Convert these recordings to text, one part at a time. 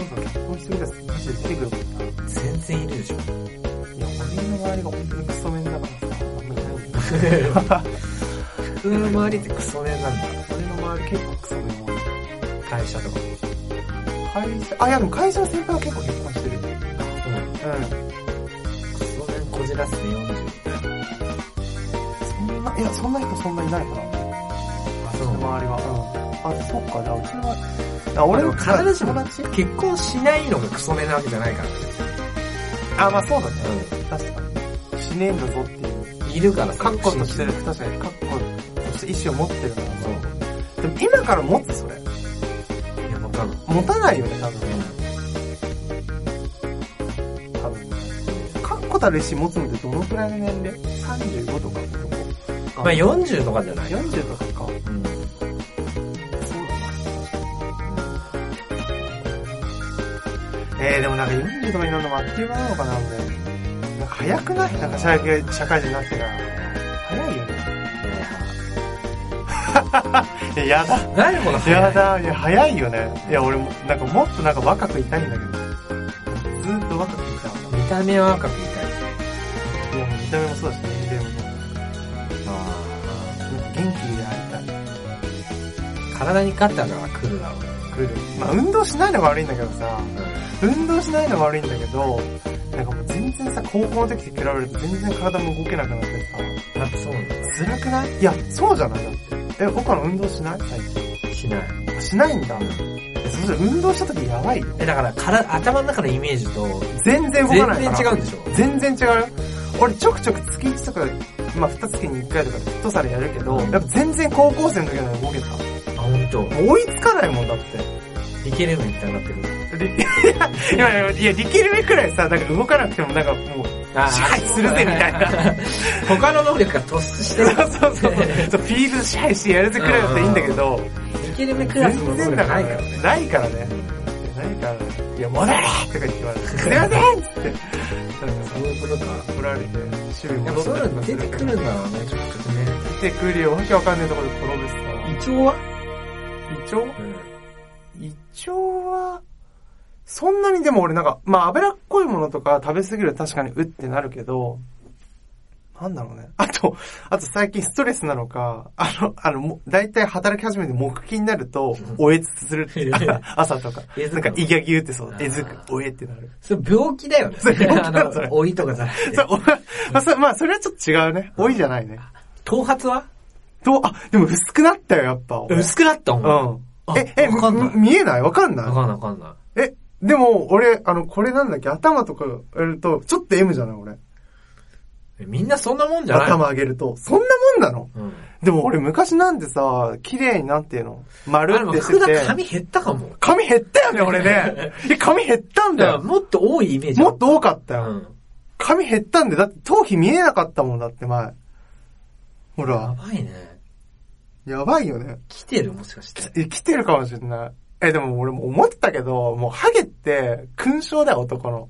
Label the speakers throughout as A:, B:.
A: それじゃマジで出てくるもんな。い
B: 全然いるでしょ。
A: や、俺の周りが本当にクソメンだからさ、あんまいないんだ
B: 普通の周りってクソメンなんだ。
A: 俺の周り結構クソメン多い。
B: 会社とかも。
A: 会社、あ、いやでも会社の先輩は結構結婚してる。
B: うん。
A: う
B: クソメンこじらせて40みたいな。
A: ん。そんな、いや、そんな人そんなにいないかな。
B: あ、
A: うちの周り
B: そ
A: は。うん。あ、そっか、じゃあうちの周り。あ、俺
B: でも必ずしも
A: 友達
B: う。結婚しないのがクソメンなわけじゃないからね。
A: あ、まあそうだね。
B: う
A: 確かに。しねえんだぞっていう。
B: ん。いるから
A: 確固としてる。
B: そう
A: 確かに、確固として意思を持ってるから
B: そ
A: な。でも今から持つそれ。
B: う。いや、もう多分。
A: 持たないよね、多分。多分ね。確固たる意思持つのってどのくらいの年齢 ?35 とかとか。
B: まあ40とかじゃない。
A: 40とかか。
B: うん。
A: そうだな。えー、でもなんか40とかになるのもあっという間なのかな、もう。なんか早くないなんか社会社会人になってから。早いよね。いや、やだ。
B: 何この
A: いや
B: 早い。
A: だ、いや、早いよね。いや、俺も、なんかもっとなんか若くいたいんだけど。ずーっと若くいた。
B: 見た目は赤く見たい。
A: いや、もう見た目もそうだし、年齢もそうだし。
B: あ
A: なんか元気でありたい。
B: あ。体に勝ったのは来るだろうね。
A: 来る。まあ、運動しないのが悪いんだけどさ、運動しないのが悪いんだけど、なんかもう全然さ、高校の時と比べると全然体も動けなくなって
B: あ、そうなんだ。
A: さ、辛くないいや、そうじゃないだって。え、僕ら運動しない最
B: しない。
A: 近。しないんだ。えそしたら運動した時やばいよ。
B: え、だから、から、頭の中のイメージと、
A: 全然動
B: 全
A: かないから。
B: 然違うんでしょ
A: 全然違うよ。俺ちょくちょく月1とか、まあ2月に1回とかでフットサルやるけど、
B: う
A: や
B: ん
A: っぱ全然高校生の時の方が動けた。
B: あ、本当。
A: もう追いつかないもんだって。
B: 理系レベルみたいになってくる。
A: りいやいや、いや、力るべくらいさ、なんか動かなくてもなんかもう、
B: あ
A: 支配するぜみたいな。
B: 他の能力が突出してる。
A: そうそうそう。そうフィールド支配してやるぜくらいだったらいいんだけど、
B: 理系レベルクラス
A: 全
B: の能
A: 然
B: 力
A: だ
B: な
A: から
B: いから
A: ね。
B: ね。
A: ないからね。ないからね。いや、戻れとか言って言われて、すいませんっつって。なんか
B: そういうことか。
A: 怒られて、守備
B: いや、
A: も
B: 僕ら出てくるんだろうね、ちょっとね。
A: 出てくるよ。わけわかんないところで転ぶしさ。
B: 胃腸は
A: 胃腸
B: うん。
A: 胃腸は、そんなにでも俺なんか、まあ脂っこいものとか食べ過ぎると確かにうってなるけど、なんだろうね。あと、あと最近ストレスなのか、あの、あの、も大体働き始めて木気になると、おえつするっていう 朝とか。
B: えずく
A: なんか、いぎゃぎゅってそう
B: あ、ー
A: えずく、おえってなる。
B: それ病気だよね。
A: それ病気なのそれ
B: あの老いとかじゃなくて
A: そ。 うおまあそまあ、それはちょっと違うね。多いじゃないね。
B: 頭髪は
A: と、あ、でも薄くなったよ、やっぱ。俺
B: 薄くなった
A: う
B: もん。
A: ん。
B: あ
A: え、え、
B: わかんない
A: み見えないわかんない
B: わかんないわかんない。
A: え、でも、俺、あの、これなんだっけ、頭とかやると、ちょっと M じゃない俺。
B: えみんなそんなもんじゃないの
A: 頭上げると。そんなもんなの
B: うん。
A: でも俺昔なんてさ、綺麗になんていうの丸
B: あ、で
A: っ
B: も
A: てして
B: 福田
A: て。
B: 髪減ったかも。
A: 髪減ったよね、俺 ね。え、髪減ったん
B: だ
A: だ
B: から
A: よ。
B: もっと多いイメージあ
A: も
B: る
A: っと多かった
B: う
A: よ。
B: ん。
A: 髪減ったんで、だって頭皮見えなかったもんだって前。ほ
B: や
A: ら、
B: ばいね。
A: やばいよね。
B: 来てるもし かして。
A: 生きてるかもしれない。え、でも俺も思ったけど、もうハゲって勲章だよ、男の。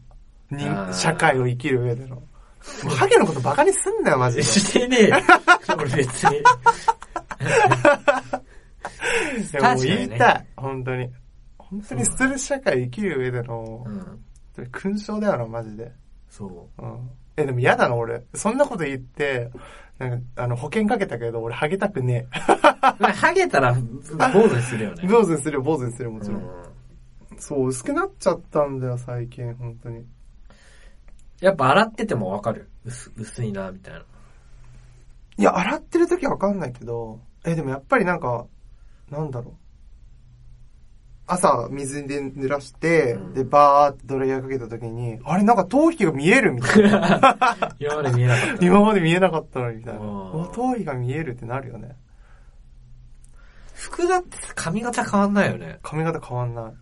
A: に
B: あー
A: 社会を生きる上での。もうハゲのことバカにすんなよ、マジで。
B: し てねえよ。俺別に。
A: いやもう
B: 確かに
A: 言
B: ね
A: いたい、本当に。本当にストレス社会生きる上での
B: う、ん。
A: それ勲章だよな、マジで。
B: そ
A: うん。え、でも嫌だな、俺。そんなこと言って、なんか、あの、保険かけたけど、俺、ハゲたくね
B: う。まあ、ハゲたら、坊主にするよ
A: え。
B: ね。
A: 坊主にするよ、坊主にするよ、もち
B: う
A: ろ
B: ん
A: ん。そう、薄くなっちゃったんだよ、最近、本当に。
B: やっぱ洗っててもわかる。薄、薄いな、みたいな。
A: いや、洗ってる時はわかんないけど、え、でもやっぱりなんか、なんだろう。朝、水で濡らして、
B: うん
A: で、バーってドライヤーかけた時に、あれ、なんか頭皮が見えるみたい な。
B: 今まで見えなか った。
A: 今まで見えなかったのにみたいな。
B: あー
A: お頭皮が見えるってなるよね。
B: 服だって髪型変わんないよね。
A: 髪型変わんない。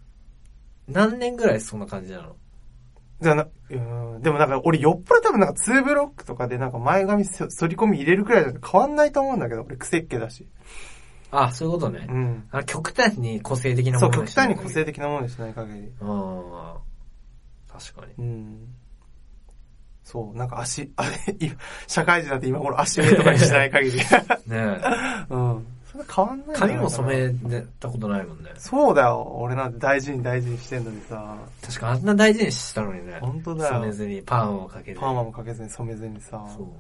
B: 何年ぐらいそんな感じなの
A: じゃあな、うーん。でもなんか俺よっぽど多分なんか2ブロックとかでなんか前髪そ反り込み入れるくらいじゃなくて変わんないと思うんだけど、俺癖っ気だし。
B: あ、そういうことね
A: う。ん。
B: あ極端に個性的な
A: そ
B: も
A: う、
B: の
A: 極端に個性
B: 的。
A: 的なものにしない限り。
B: うん。確かに。
A: うん。そう、なんか 足、あれ、今社会人だって今頃足上とかにしない限り。
B: ねえ。
A: うん。それ変わんないんじゃない
B: 髪
A: かな
B: も染めたことないもんね。
A: そうだよ。俺なんて大事に大事にしてんのにさ、
B: 確かあんな大事にしたのにね。
A: 本当だよ
B: 染めずにパーマをかけて。
A: パーマもかけずに染めずにさ、
B: そ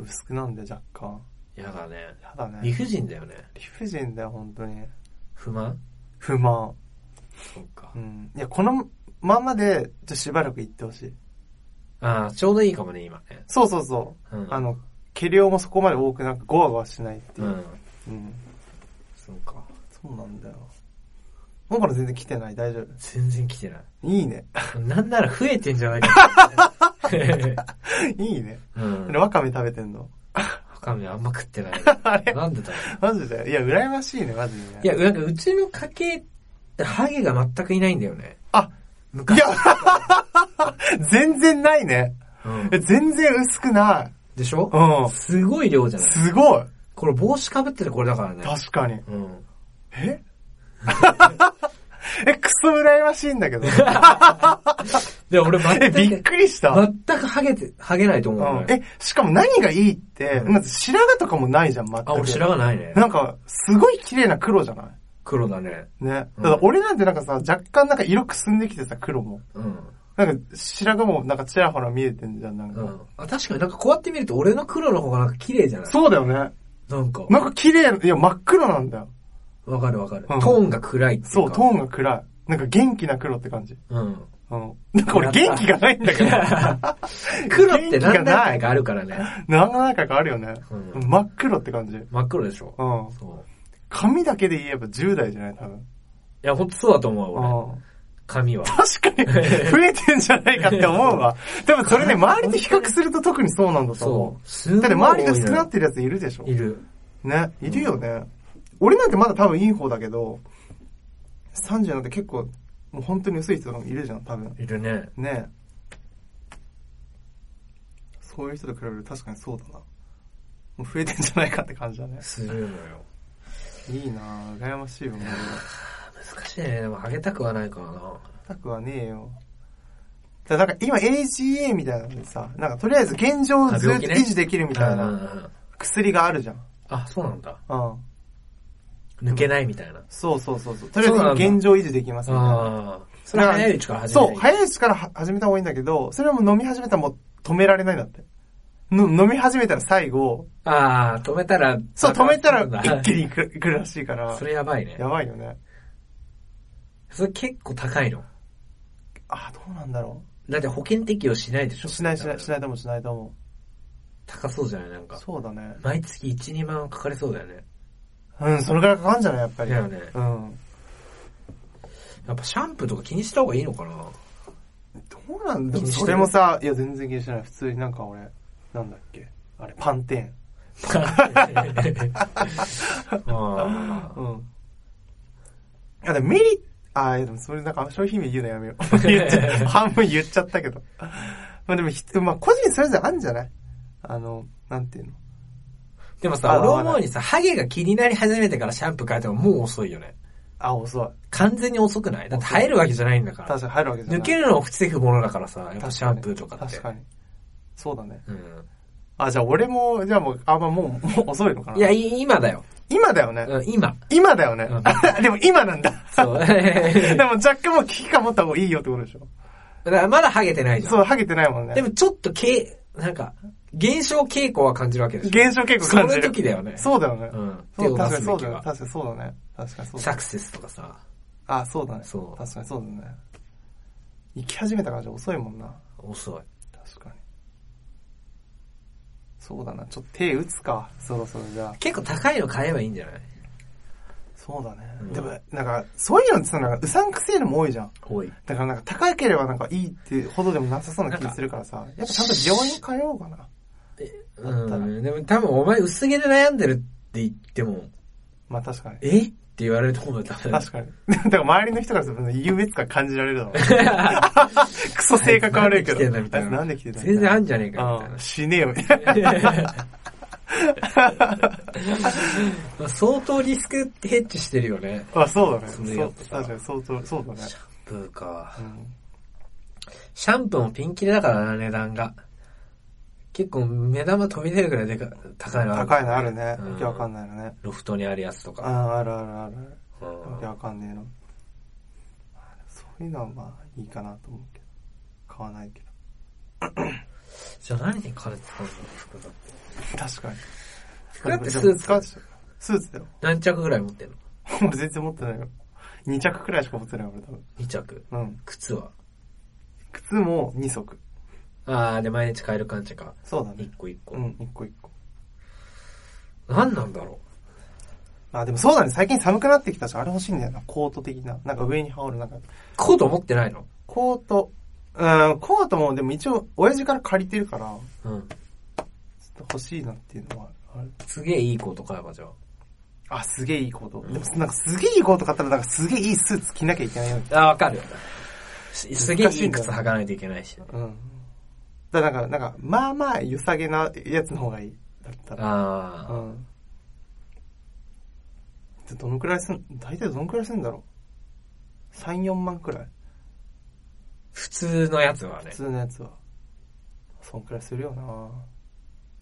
A: 薄くなんで若干。
B: う。やだね。
A: やだね。
B: 理
A: 理
B: 不尽だよね。
A: 不尽だよ、本当に。
B: 不満
A: 不満。
B: そうか
A: う。ん。いや、このままで、ちょっとしばらく行ってほしい。
B: ああ、ちょうどいいかもね、今ね。
A: そうそうそうう。
B: ん。
A: あの、毛量もそこまで多くなく、ゴワゴワしないっていうう。
B: ん。
A: うん。
B: そうか。
A: そうなんだよ。だから全然来てない、大丈夫。
B: 全然来てない。
A: いいね。
B: なんなら増えてんじゃない かってね。
A: いいね。
B: うん。
A: わかめ食べてんの。
B: わかめ あんま食ってない。
A: あれ
B: なんでだろ
A: マジでいや、羨ましいね、マジでね。
B: う。いや、なんかうちの家系ってハゲが全くいないんだよね。
A: あ、い
B: 昔。
A: や、 全然ないね。
B: うん
A: え全然薄くない。
B: でしょ
A: うん。
B: すごい量じゃない
A: すごい。
B: これ帽子かぶってるこれだからね。
A: 確かに。
B: うん。
A: え え、クソ羨ましいん だけど。
B: で、俺全
A: え、
B: く、
A: びっくりした。うん
B: 全くハゲて、ハゲないと思うのよ。
A: え、しかも何がいいって、
B: うん
A: まず白髪とかもないじゃん、全く。
B: あ、俺白がないね。
A: なんか、すごい綺麗な黒じゃない
B: 黒だね。
A: ね。だ
B: うん
A: から俺なんてなんかさ、若干なんか色くすんできてさ、黒も。
B: うん。
A: なんか、白髪もなんかちらほら見えてんじゃん、なん
B: う
A: か。
B: ん。あ、確かになんかこうやって見ると俺の黒の方がなんか綺麗じゃない
A: そうだよね。
B: なんか、
A: なんか綺麗な、いや、真っ黒なんだよ。
B: わかるわかる。
A: うん
B: トーンが暗いっていうか。
A: そう、トーンが暗い。なんか元気な黒って感じ。
B: うん。
A: うん。なんか俺元気がないんだけど。
B: 黒って何段
A: な
B: 階
A: い
B: かあるからね。
A: 何回かあるよね。
B: うん
A: 真っ黒って感じ。う
B: 真っ黒でしょ。
A: ん。
B: そう。
A: 髪だけで言えば10代じゃない多分。
B: いや、ほんとそうだと思う、俺。
A: うん
B: 髪は。
A: 確 かに増えてんじゃないかって思うわ。でもそれね、周りと比較すると特にそうなんだと
B: そ
A: 思
B: う。す
A: う。だって周りが少なっててるやついるでしょ
B: いる。
A: ね、いるよね。俺なんてまだ多分いい方だけど、30なんて結構、もう本当に薄い人もいるじゃん、多分。
B: いるね。
A: ねそういう人と比べると確かにそうだな。もう増えてんじゃないかって感じだね。
B: するのよ。
A: いいなぁ、羨ましいよ、もう。
B: 難しいね。でも、ハゲたくはないからな。
A: たくはねえよ。だからなんか今 AGA みたいなのでさ、なんかとりあえず現状をずっ
B: あ
A: と
B: 病気
A: 維
B: ね
A: 持できるみたい
B: うんう
A: なん
B: うん
A: 薬があるじゃん。
B: あ、そうなんだ。
A: うん。
B: 抜けないみたいな。
A: そうそうそうそう。とりあえず今現状維持できますみたいな。
B: ああ。それは早いうちから始め
A: そう、早いうちからは始めた方がいいんだけど、それはもう飲み始めたらもう止められないんだって。の飲み始めたら最後、
B: い。ああ、止めたら。
A: そう、止めたら一気
B: に。
A: にいく いくらしいから
B: そ、れやばいね。
A: やばいよね。
B: それ結構高いの。
A: あ、どうなんだろ
B: だって保険適用しないでし
A: う。
B: ょ
A: しないしない、し
B: い。
A: ないともしないとも。
B: 高そうじゃないなんか。
A: そうだね。
B: 毎月1、2万かかりそうだよね。
A: うん、それぐらいかかんじゃないやっぱり。
B: だよね
A: うん。
B: やっぱシャンプーとか気にした方がいいの かな
A: どうなんだ
B: 気にして
A: そ
B: る
A: れもさ、いや、全然気にしてない。普通になんか俺、なんだっけ。あれ、パンテ
B: あ
A: ーン。うん。いや、でもメリット、あー、いやでもそれなんか商品名言うのやめよ う。言っちゃ半分言っちゃったけど。まあでもひ、まあ個人それぞれあるんじゃないあの、なんていうの。
B: でもさ、俺思うにさ、ハゲが気になり始めてからシャンプー変えてももう遅いよね。
A: あ、遅い。
B: 完全に遅くないだって生えるわけじゃないんだから
A: 確。かに入るわけじゃない。
B: 抜けるのを防ぐものだからさ、やっぱシャンプーとかって。
A: 確かに。そうだね。
B: うん
A: あ、じゃあ俺も、じゃあもう、あ、まあもう、 もう遅いのかない
B: や、い今だよ。
A: 今だよね。
B: うん今。
A: 今だよね。 でも今なんだ。
B: そう。 だ
A: で
B: か
A: も若干もう危機感持った方がいいよってことでしょ。
B: らまだハゲてないじゃん。
A: そう、ハゲてないもんね。
B: でもちょっとけ、なんか、減少傾向は感じるわけでしょ。
A: 現象結構感じる。
B: その時だよね
A: そうだよね。
B: うん。手
A: そう、
B: を
A: 確
B: 出
A: か
B: す
A: に
B: べ
A: そう
B: き
A: だよね。
B: は。
A: 確かにそうだね。確かにそうだ
B: サ
A: ね。
B: クセスとかさ。
A: あ、そうだね。
B: そう
A: 確かにそうだね。行き始めた感じ遅いもんな。
B: 遅い。
A: 確かに。そうだな。ちょっと手打つか。そろそろじゃあ。
B: 結構高いの買えばいいんじゃない
A: そうだね。
B: うん
A: でも、なんか、そういうのってさ、なんか、うさんくせえのも多いじゃん。
B: 多い。
A: だからなんか、高ければなんか、いいってほどでもなさそうな気がするからさ。やっぱちゃんと病院通おうかな。
B: うん。でも多分お前薄毛で悩んでるって言っても、
A: まあ確かに。
B: えって言われるところだ多分。
A: 確かに。 だから周りの人からすると優越感感じられるだろうね。クソ性格悪いけど。
B: なんで来てんだみたいな
A: あいつなんで来てんだ
B: 全然あ
A: み
B: んじゃねえ
A: たいな
B: かみたい
A: うん
B: な。
A: 死ねえよ、 みたいな。
B: まあ相当リスクヘッジしてるよね。
A: あ、そうだね。
B: それやって
A: そう確
B: さ
A: かに、そうそう、そうだね。
B: シャンプーか。
A: うん
B: シャンプーもピンキリだからな、値段が。結構目玉飛び出るぐらいでか高いのある。
A: 高いのあるね。わ
B: うん
A: けわかんないのね。
B: ロフトにあるやつとか。
A: ああ、あるあるある。
B: う
A: わ
B: ん
A: けわかんねえの。そういうのはまあいいかなと思うけど。買わないけど。
B: じゃあ何に金使うんだろう、服だって。
A: 確かに。
B: 服だってスーツ
A: 使うでしょスーツだよ。
B: 何着ぐらい持ってんの
A: 俺全然持ってないよ。2着くらいしか持ってない俺多分。
B: ?2 着。
A: うん。
B: 靴は。
A: 靴も2足。
B: あー、で、毎日買える感じか。
A: そうだね
B: 1。個1個。
A: うん、1個1個。
B: 何なんだろ
A: あ、でもそうだね。最近寒くなってきたし、あれ欲しいんだよな。コート的な。なんか上に羽織る、なんか。
B: う。コート持ってないの
A: コート。うん、コートもでも一応、親父から借りてるから、
B: うん。
A: ちょっと欲しいなっていうのはある。
B: すげえいいコート買えばじゃあ。
A: あ、すげえいいコート。
B: うん
A: でも、なんかすげえいいコート買ったら、なんかすげえいいスーツ着なきゃいけないよ。
B: あー、わかるよ。すすげえ
A: 難し
B: い
A: い
B: い
A: んだよ
B: 靴履かないといけないし。
A: うん。だからなんか、なんか、まあまあ、良さげなやつの方がいい。だったら。
B: あ
A: う
B: ー。
A: ん。でどのくらいすん、大体どのくらいすんだろう ?3、4万くらい。
B: 普通のやつはね
A: 普。通のやつは。そんくらいするよな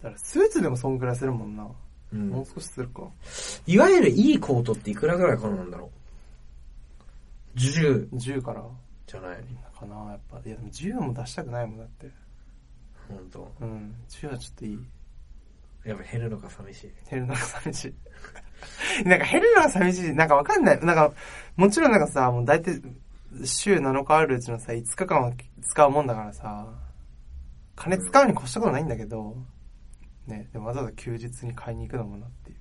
A: だから、スーツでもそんくらいするもんな。
B: う。
A: もうん少しするか。
B: いわゆるいいコートっていくらぐらいからなんだろう ?10
A: 10から。
B: じゃない
A: かなやっぱ。いや、でも10も出したくないもんだって。
B: ほんと。
A: うん。10はちょっといい。
B: やっぱ減るのが寂しい。
A: 減るのが寂しい。 なんか減るのが寂しい。なんかわかんない。なんか、もちろんなんかさ、もう大体、週7日あるうちのさ、5日間は使うもんだからさ、金使うに越したことないんだけど、ね、でもわざわざ休日に買いに行くのもなっていう。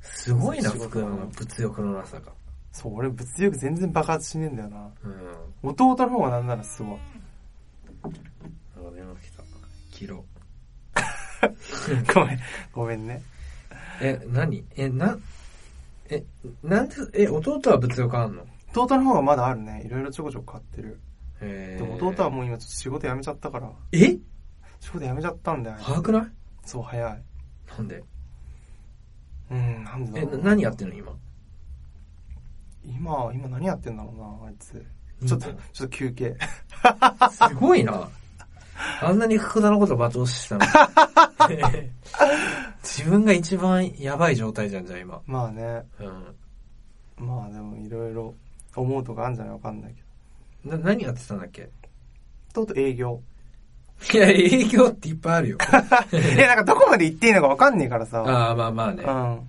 B: すごいな、
A: そう
B: 福山の物欲のなさが。
A: そう、俺物欲全然爆発しねえんだよな。
B: うん。
A: 弟の方がなんならすごい。
B: なんか電話来た。切ろう。
A: ごめん、ごめんね。
B: え、何え、な、え、なんで、え、弟は物欲あんの
A: 弟の方がまだあるね。いろいろちょこちょこ買ってる。
B: え
A: でも弟はもう今ちょっと仕事辞めちゃったから、
B: え
A: 仕事辞めちゃったんだよ。
B: 早くない
A: そう、早い。
B: なんで
A: うん、なんで
B: え、
A: だろう
B: な何やってんの今。
A: 今、今何やってんだろうな、あいつ。ちょっと、ちょっと休憩。
B: と。すごいな。あんなに福田のこと罵倒してた のに。自分が一番やばい状態じゃん、じゃあ今。
A: まあね、
B: うん。
A: まあでもいろいろ思うとかあるんじゃないわかんないけ
B: な、何やってたんだっけ
A: ど。とうとう営 業。
B: いや、営業っていっぱいあるよ。
A: え、なんかどこまで行っていいのかわかんねえからさ。
B: ああ、まあまあ
A: う
B: ね。
A: ん。
B: あ
A: ま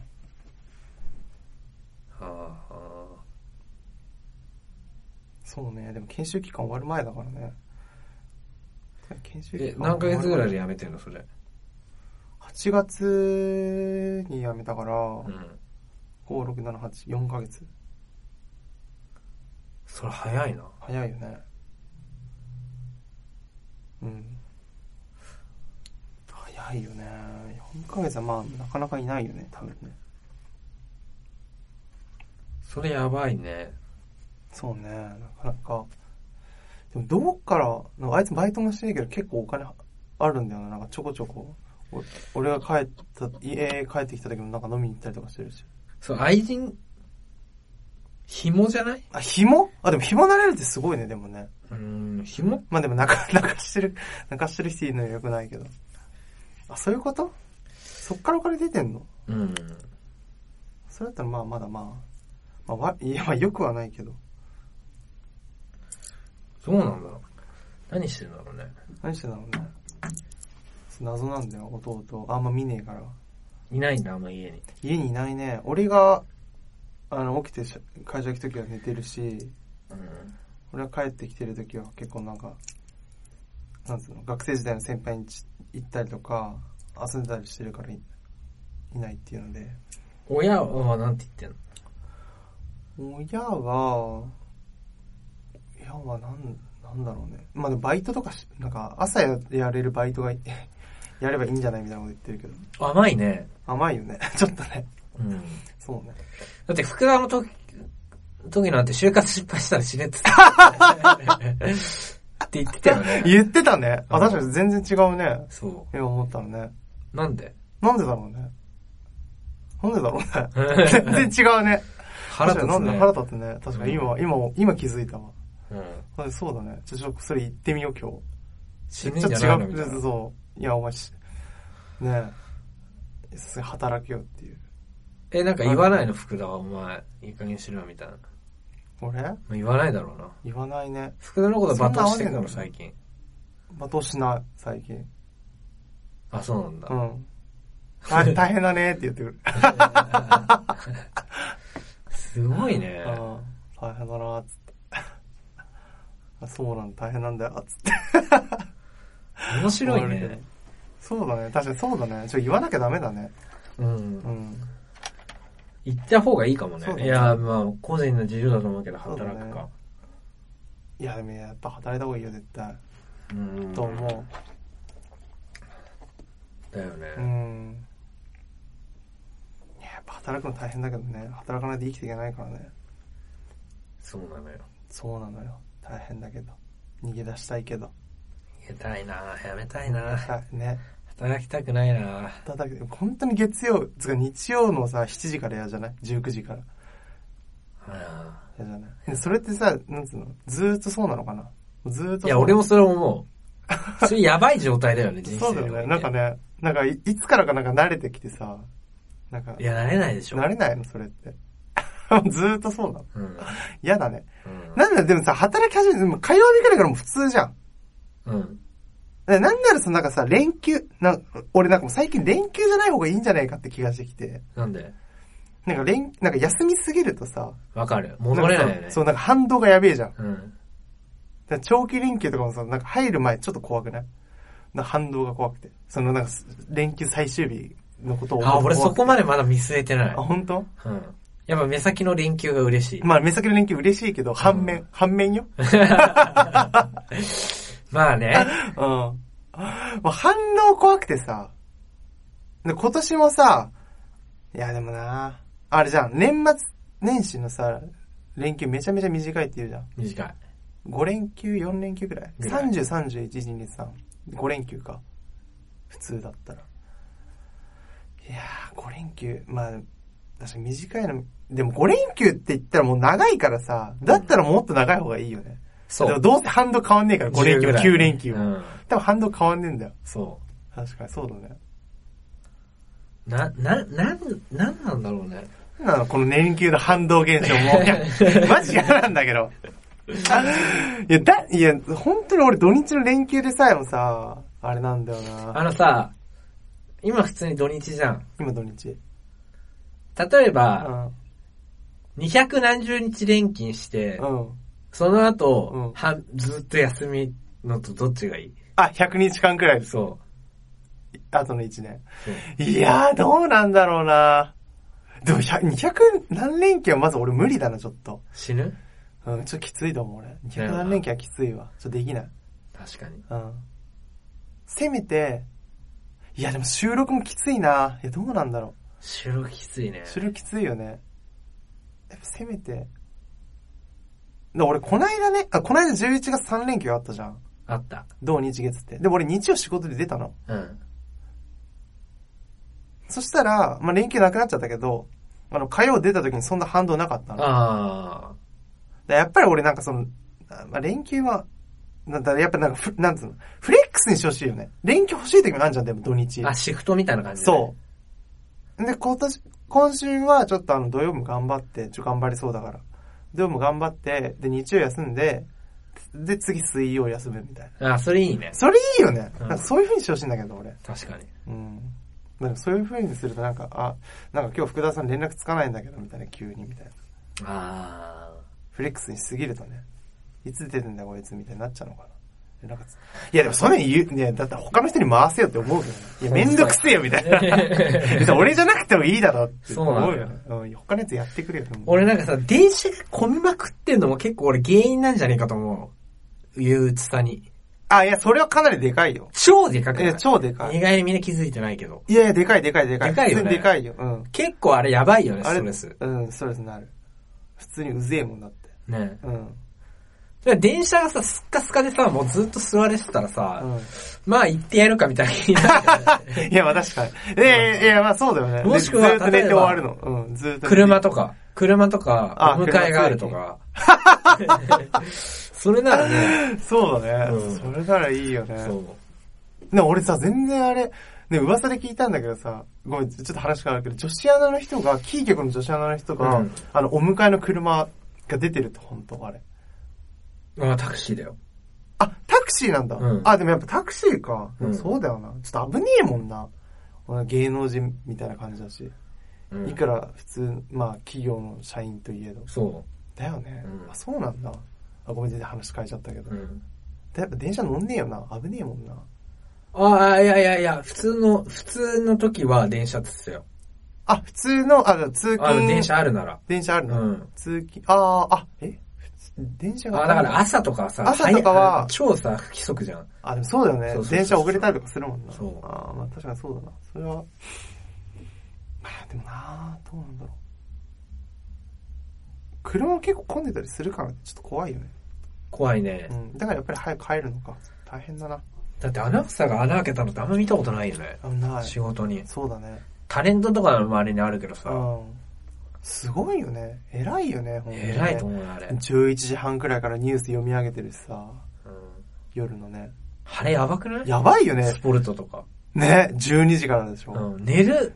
B: あ
A: そうね、でも研修期間終わる前だからね。研修期
B: え
A: 間、
B: 何ヶ月ぐらい
A: で
B: で辞めてんのそれ。
A: ?8 月に辞めたから、
B: うん。
A: 5、6、7、8、4ヶ月。
B: それ早いな。
A: 早いよね。うん。早いよね。4ヶ月はまあ、なかなかいないよね、多分ね。
B: それやばいね。
A: そうね、なかなか。でも、どこから、なんかあいつバイトもしてないけど、結構お金あるんだよな、なんかちょこちょこ。お俺が帰った、家帰ってきた時もなんか飲みに行ったりとかしてるし。
B: そう、愛人、紐じゃない
A: あ、紐あ、でも紐なれるってすごいね、でもね。
B: うん、紐
A: まあでも、泣か、 泣かしてる、泣かしてる人いるのは良くないけど。あ、そういうことそっからお金出てんの
B: うん。
A: それだったらまあまだまあ、まあ、わい やまあよくはないけど。
B: そうなんだろう。何してんだろうね。
A: 何してたのね。謎なんだよ、弟。あんま見ねえから。
B: いないんだ、あんま家に。
A: 家にいないね。俺が、あの、起きてし会社行くときは寝てるし、
B: うん。
A: 俺が帰ってきてるときは結構なんか、なんつうの、学生時代の先輩にち行ったりとか、遊んでたりしてるからいいないっていうので。
B: 親はなんて言ってんの
A: 親は、親はなん、なんだろうね。まあでもバイトとかし、なんか朝ややれるバイトが い、やればいいんじゃないみたいなこと言ってるけど。
B: 甘いね。
A: 甘いよね。 ちょっとね。
B: うん。だ
A: そうね。
B: って福田の時、時なんて就活失敗したら死ね って言ってた。って言ってたよね。
A: 言ってたね。
B: う
A: あ、
B: ん
A: 確かに全然違うね。
B: そ
A: 今思ったのね。
B: う。なんで
A: なんでだろうね。なんでだろう ね。全然違うね。
B: 腹立
A: 確かに
B: つ
A: なん
B: ね。
A: で腹立つね。確かに今、今、今気づいたわ。
B: うん。
A: あそうだね。ちょっとそれ言ってみよう今日。
B: 死ぬんじゃないのみ
A: ち
B: た
A: ょ
B: い
A: っと
B: な。
A: そう。いや、お前し、ねえ、すごい働けよっていう。
B: え、なんか言わないの、福田は、お前、いい加減にしろよ、みたいな。ま
A: 俺
B: あ言わないだろうな。
A: 言わないね。
B: 福田のこと罵倒してく
A: そんな合わねえ
B: の、
A: だろ
B: 最近。
A: 罵倒しない、最近。
B: あ、そうなんだ
A: う。ん。大大変だねって言ってく る。
B: すごいね
A: う。ん。大変だなっつって。 あそうなんだ、大変なんだよ、つって。
B: 面白い
A: 終わるけ
B: ね
A: ど。。そうだね、確かにそうだね。ちょ、言わなきゃダメだね。
B: う。
A: うんん。
B: 行った方がいいかもね
A: そう。だね
B: いや、まあ、個人の事情だと思うけど、働
A: そう
B: く
A: だ
B: か
A: ね。いや、でもやっぱ働いた方がいいよ、絶対。
B: うん
A: と思
B: だよ
A: う。う
B: ね。
A: ん。いや、やっぱ働くの大変だけどね。働かないと生きていけないからね。
B: そうなのよ。
A: そうなのよ。大変だけど。逃げ出したいけど。
B: やめたいなやめたい
A: は
B: ない
A: ね。
B: 働きたくないな
A: ただ、本当に月曜、つうか日曜のさ、7時からやじゃない ?19 時から。
B: あ
A: やじゃないでそれってさ、なんつうのずーっとそうなのかなずーっと
B: ー
A: そう
B: いや、俺もそれ 思う。それやばい状態だよね、人生
A: そうだよね。なんか。ね、なんかいいつからかなんか慣れてきてさ、なんか
B: い、や、慣れないでしょ。
A: 慣れないのそれって。 ずーっとそうなの。
B: うん。うん
A: 嫌だね。なんだよでもさ、働き始めて、でも火曜日くらいからもう普通じゃん。
B: うん。
A: でなんならそのなんかさ、連休、な、俺なんかもう最近連休じゃない方がいいんじゃないかって気がしてきて。
B: なんで
A: なんか連、なんか休みすぎるとさ、
B: わかる。
A: なん
B: 戻
A: か
B: れ
A: さ
B: ないよね。
A: そう、なんか反動がやべえじゃん。だか
B: うん。
A: ら長期連休とかもさ、なんか入る前ちょっと怖くないなんか反動が怖くて。そのなんか、連休最終日のことを思う
B: あ、
A: と怖
B: 俺
A: くて
B: そこまでまだ見据えてない
A: あ、。本当？
B: うん。やっぱ目先の連休が嬉しい。
A: まあ、目先の連休嬉しいけど、反面、反面よ。
B: まあね。
A: うん。もう反応怖くてさ。で、今年もさ、いやでもなあれじゃん、年末年始のさ、連休めちゃめちゃ短いって言うじゃん。
B: 短い。
A: 5連休、4連休ぐらい
B: ぐらい
A: ?30、31、2、3。5連休か。普通だったら。いやー、5連休。まあ、確かに短いの、でも5連休って言ったらもう長いからさ、だったらもっと長い方がいいよね。
B: そ
A: でも
B: う。
A: どうせハンド変わんねえから、5連休も
B: 10
A: 9連休
B: う
A: も。
B: ん。
A: 多分ハンド変わんねえんだよ。
B: そ
A: 確かに、そうだね。
B: う。な、な、なん、なんなんだろうね。
A: なんなのこの年休の反動現象も。 いや、マジ嫌なんだけど。いや、だ、いや、本当に俺土日の連休でさえもさ、あれなんだよな。
B: あのさ、今普通に土日じゃん。
A: 今土日。
B: 例え
A: う
B: ば、
A: ん。
B: 二百何十日連勤して、
A: うん。
B: その
A: う
B: 後
A: ん、
B: はずっと休みのとどっちがいい
A: あ、100日間くらいです。
B: そ
A: あとの1年。
B: う。
A: いやー、どうなんだろうな。でも、100 200何連休はまず俺無理だな、ちょっと。
B: 死ぬ
A: うん、ちょっときついと思う、俺。
B: だよ
A: 200
B: な
A: 何連休はきついわ。ちょっとできない。
B: 確かに。
A: うん。せめて、いやでも収録もきついな。いや、どうなんだろ
B: 収録きついね
A: う。。収録きついよね。やっぱせめて。だ俺、こないだね、あ、こないだ11月3連休あったじゃん。
B: あった。
A: 同日月って。でも俺日曜仕事で出たの。
B: うん。
A: そしたら、まあ、連休なくなっちゃったけど、あの、火曜出た時にそんな反動なかったの。
B: あ
A: でやっぱり俺なんかその、あまあ、連休は、なんだ、やっぱなんかフ、なんつうの、フレックスにしてほしいよね。連休欲しい時もあるじゃん、でも土日。
B: あ。あ、シフトみたいな感じ、
A: そう。で、今年、今週はちょっとあの土曜日も頑張って、ちょ、頑張りそうだから。土曜日も頑張って、で、日曜休んで、で、次水曜休むみたいな。
B: う。あ、それいいね。
A: それいいよね。
B: うん
A: なんかそういう風にしてほしいんだけど、俺。
B: 確かに。
A: うん。なんかそういう風にするとなんか、あ、なんか今日福田さん連絡つかないんだけど、みたいな、急に、みたいな。
B: あ
A: フレックスにしすぎるとね、いつ出てんだこいつみたいになっちゃうのかな。なんかついやでもそんなに言う、ね、だったら他の人に回せよって思うけどね。いやめんどくせえよみた いな。別に俺じゃなくてもいいだろって思うよね。うん、他のやつやってくれよ。
B: 俺なんかさ、電車が混みまくってんのも結構俺原因なんじゃねえかと思う。憂鬱さに。
A: あ、いや、それはかなりでかいよ。
B: 超でかく
A: い
B: な
A: や、
B: い
A: 超でかい。
B: 意外にみんな気づいてないけど。
A: いやいや、でかいでかいでかい。
B: でかいよ
A: 普
B: ね
A: 通にでかいよ。うん。
B: 結構あれやばいよね、ストレス。
A: うん、ストレスになる。普通にうぜえもんだって。
B: ね。
A: うん。
B: だから電車がさ、スッカスカでさ、もうずっと座れてたらさ、
A: う
B: まあ行ってやるかみたいな気になるよ ね
A: ん。いや、まあ確かに。いやいやいや、まあそうだよね。
B: もしくは
A: でずーっと寝
B: 例
A: て
B: え
A: 終
B: ば
A: わるの。うん、ずーっと寝て。
B: 車とか、車とか
A: あ、
B: お迎えがあるとか。 それならね、
A: そうだね。
B: うん
A: それならいいよね。
B: そう。
A: ね、俺さ、全然あれ、ね、噂で聞いたんだけどさ、ごめん、ちょっと話変わるけど、女子アナの人が、キー局の女子アナの人が、
B: うん
A: あの、お迎えの車が出てるって、本当あれ。
B: ああ、タクシーだよ。
A: あ、タクシーなんだ。
B: うん
A: あ、でもやっぱタクシーか。
B: うん
A: そうだよな。ちょっと危ねえもんな。俺芸能人みたいな感じだし。
B: うん
A: いくら普通、まあ、企業の社員といえど。
B: そ
A: だよね。
B: うん
A: あ、そうなんだ。あ、ごめん、全然話変えちゃったけど。
B: う。うん。
A: でやっぱ電車乗んねえよな。危ねえもんな。
B: ああ、いやいやいや、普通の、普通の時は電車って言ってたよ。
A: あ、普通の、あ、通
B: あ
A: 勤。
B: 電車あるなら。
A: 電車ある
B: う
A: の、
B: ん。
A: 通勤、ああ、あ、え普通電車が
B: あだから朝とかさ、
A: 朝とかは
B: 早い超さ、不規則じゃん。
A: あ、でもそうだよね。
B: そうそうそう
A: 電車遅れたりとかするもんな。
B: そう
A: ああ、まあ確かにそうだな。それは、まあでもなどうなんだろう。車も結構混んでたりするから、ちょっと怖いよね。
B: 怖いね
A: う。ん。だからやっぱり早く帰るのか。大変だな。
B: だってアナウンサーが穴開けたのってあんま見たことないよね。
A: 危ない。
B: 仕事に。
A: そうだね。
B: タレントとかの周りにあるけど
A: う
B: さ、
A: ん。すごいよね。偉いよね、ほんとにね
B: 偉いと思うよ、あれ。
A: 11時半くらいからニュース読み上げてるしさ、
B: うん
A: 夜のね。
B: あれやばくない
A: やばいよね
B: ス。ポルトとか。
A: ね、12時からでしょ。
B: うん。寝る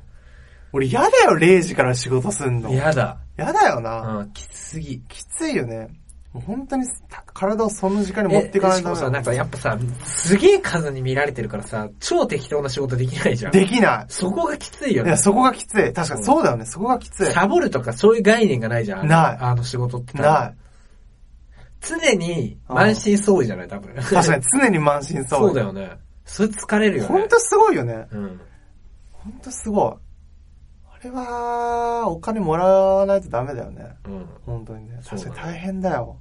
A: 俺嫌だよ、0時から仕事すんの。
B: やだ。
A: やだよな。
B: うん、きつすぎ。
A: きついよね。もう本当にた体をその時間に持っていかない
B: えし
A: と
B: か
A: ダメ
B: もさ、なんかやっぱさ、すげえ数に見られてるからさ、超適当な仕事できないじゃん。
A: できな
B: そこがきついよ
A: い。い
B: ね
A: や、。そこがきつい。確かにそうだよね。そこがきつい。
B: サボるとかそういう概念がないじゃん。
A: ない
B: あの仕事って。
A: ない。
B: 常に満身創痍じゃない多分。
A: 確かに常に満身
B: そ
A: 創
B: うだ
A: 痍。
B: よね。それ疲れるよね。
A: 本当すごいよね。
B: うん。
A: 本当すごい。あれは、お金もらわないとダメだよね。
B: うん。
A: 本当にね。
B: そう
A: 確
B: だ
A: か
B: ね
A: に大変だよ。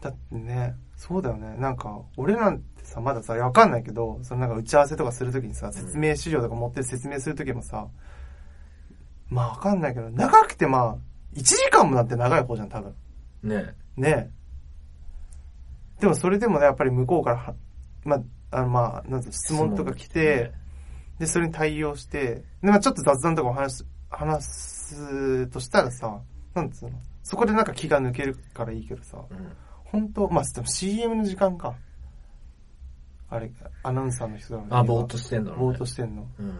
A: だってね、そうだよね。なんか、俺なんてさ、まださ、わかんないけど、そのなんか打ち合わせとかするときにさ、説明資料とか持って説明するときもさ、まあわかんないけど、長くてまあ、1時間もなって長い方じゃん、多分。
B: ね
A: ねえ。でもそれでもね、やっぱり向こうからは、まあ、あのまあ、なんつうの質問とか来て、、で、それに対応して、で、まあちょっと雑談とかを話す、話すとしたらさ、なんつうのそこでなんか気が抜けるからいいけどさ、
B: うん。
A: 本当まあでも CM の時間か。あれ、アナウンサーの人だろうね
B: あ、ぼーっとしてんだろ
A: ぼ
B: う
A: ーっ
B: ね
A: と。してんの。い
B: うん。
A: や、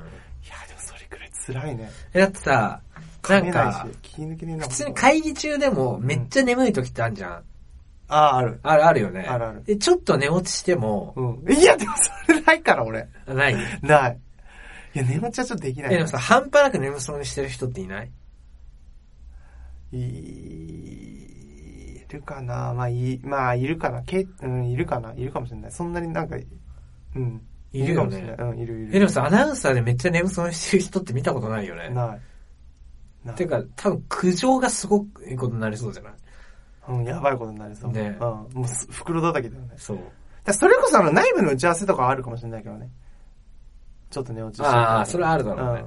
A: でもそれくらい辛いね。
B: えだってさ、な
A: 見
B: ん
A: え
B: か
A: ないし、、気抜けねえな。
B: 普通に
A: 本当
B: 会議中でもめっちゃ眠い時ってあるじゃん。
A: ああ、ある。
B: あるあるよね。
A: あるある
B: で、ちょっと寝落ちしても、
A: うん。いや、でもそれないから、俺。
B: ない。
A: ない。いや、寝落ちはちょっとできない
B: え、
A: な。
B: でもさ、半端なく眠そうにしてる人っていない
A: いるかなまあ、い、まあ、いるかなけ、うん、いるかないるかもしれない。そんなになんか、うん。
B: いるよ
A: いる。か
B: ね
A: もしれないうん、いるい
B: え、
A: る。
B: でもさ、アナウンサーでめっちゃ眠そうにしてる人って見たことないよね。
A: ない。ない。
B: てか、多分苦情がすごくいいことになりそうじゃない
A: うん、やばいことになりそう。
B: ね
A: うん。もうす、袋叩きだよね。
B: そう。
A: だからそれこそ、あの、内部の打ち合わせとかはあるかもしれないけどね。ちょっと寝落ちしてる
B: ああ、それはあるだろうね。い
A: ん
B: や、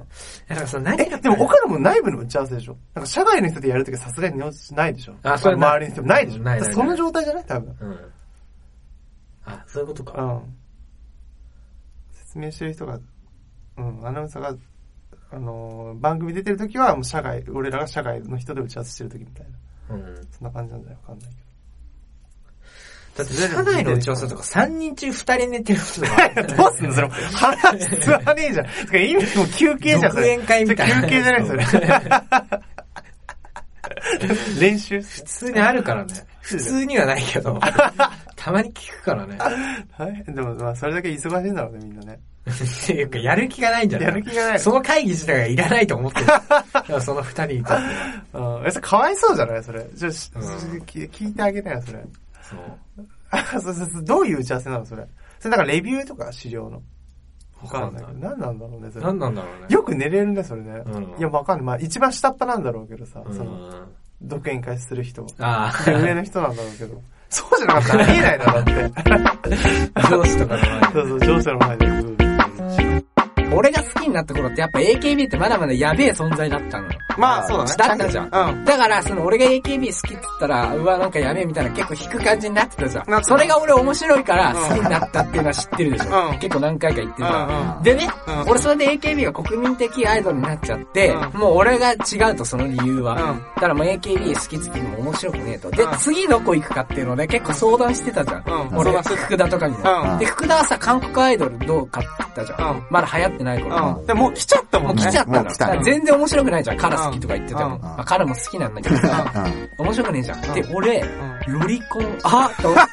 B: だからさ、何
A: え、
B: が
A: でも他のも内部の打ち合わせでしょなんか社外の人でやるときはさすがに寝落ちしないでしょ
B: あそれはない
A: 周りの人もないでしょ
B: ないないない
A: だからその状態じゃない多分。
B: うん。あ、そういうこと
A: う
B: か。
A: ん。説明してる人が、うん、アナウンサーが、あのー番組出てるときは、もう社外、俺らが社外の人で打ち合わせしてるときみたいな。
B: うん。
A: そんな感じなんじゃないわかんない
B: だって、社内の打ち合わせとか3人中2人寝てることがある
A: け ど。どうすんのそれ、話すわねえじ ゃん。てか意味もう休憩じゃん、そ
B: 独
A: れ。
B: 演会みたいな。
A: 休憩じゃない、それ
B: そう。
A: 練習
B: 普通にあるからね。普通にはない けど。たまに聞くからね。
A: はい。でも、まあ、それだけ忙しいんだろうね、みんなね。
B: っていうか、やる気がないんじゃない
A: やる気がない
B: その会議自体がいらないと思ってる。だからその二人にとっては。
A: うん。え、それかわいそうじゃないそれ。ちょ、し
B: うん
A: 聞聞いてあげなよ、それ。
B: そう。
A: あ、 そうそうそう。どういう打ち合わせなの、それ。それなんかレビューとか資料の。わ
B: わ
A: か
B: か
A: ん
B: ん
A: ない
B: な
A: けど。
B: い。
A: 何なんだろうね、それ。
B: 何なんだろうね。
A: よく寝れるね、それね。
B: うん
A: いや、わかんない。まあ、一番下っ端なんだろうけどさ、
B: うん
A: その、独演会する人。
B: あ
A: で上の人なんだろうけど。そうじゃなかったら見えないだろ、 だって。
B: あ、上司とかの
A: そ
B: 前
A: うそう、上司の前で。
B: で俺が好きになった頃ってやっぱ AKB ってまだまだやべえ存在だったのよ。
A: まあ、そうだね。
B: だったじゃん。
A: うん。
B: だから、その俺が AKB 好きっつったら、うわ、なんかやめみたいな結構引く感じになってたじゃ
A: なって
B: ん。
A: た
B: それが俺面白いから
A: うん
B: 好きになったっていうのは知ってるでしょ。
A: うん
B: 結構何回か言ってる
A: うんうん
B: か
A: う
B: ら。でね
A: うん、
B: 俺それで AKB が国民的アイドルになっちゃって
A: う、
B: もう俺が違うとその理由は。
A: うん
B: だからもう AKB 好きっつっても面白くねえと。で
A: うん、
B: 次どこ行くかっていうので結構相談してたじゃ。
A: うんん
B: 俺
A: 相談してた
B: 福田とかにも。
A: うん
B: で、福田はさ、韓国アイドルどうかって言ったじゃ
A: うんん。
B: まだ流行ってない頃。
A: うん。でもう来ちゃった
B: も
A: も
B: うん
A: ね。
B: 来ちゃったの。
C: もう来
B: だ
C: たね
B: から全然面白くないじゃん。カラ好きとか言ってても。
A: うん
B: まあ、カラも好きなんだけどさ、面白くねえじゃん。で、俺、
A: う
B: ロリコン、あと思って。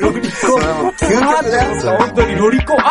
B: ロリコン、
C: それはもう究極だよ
B: あと思った本当にロリコン、あ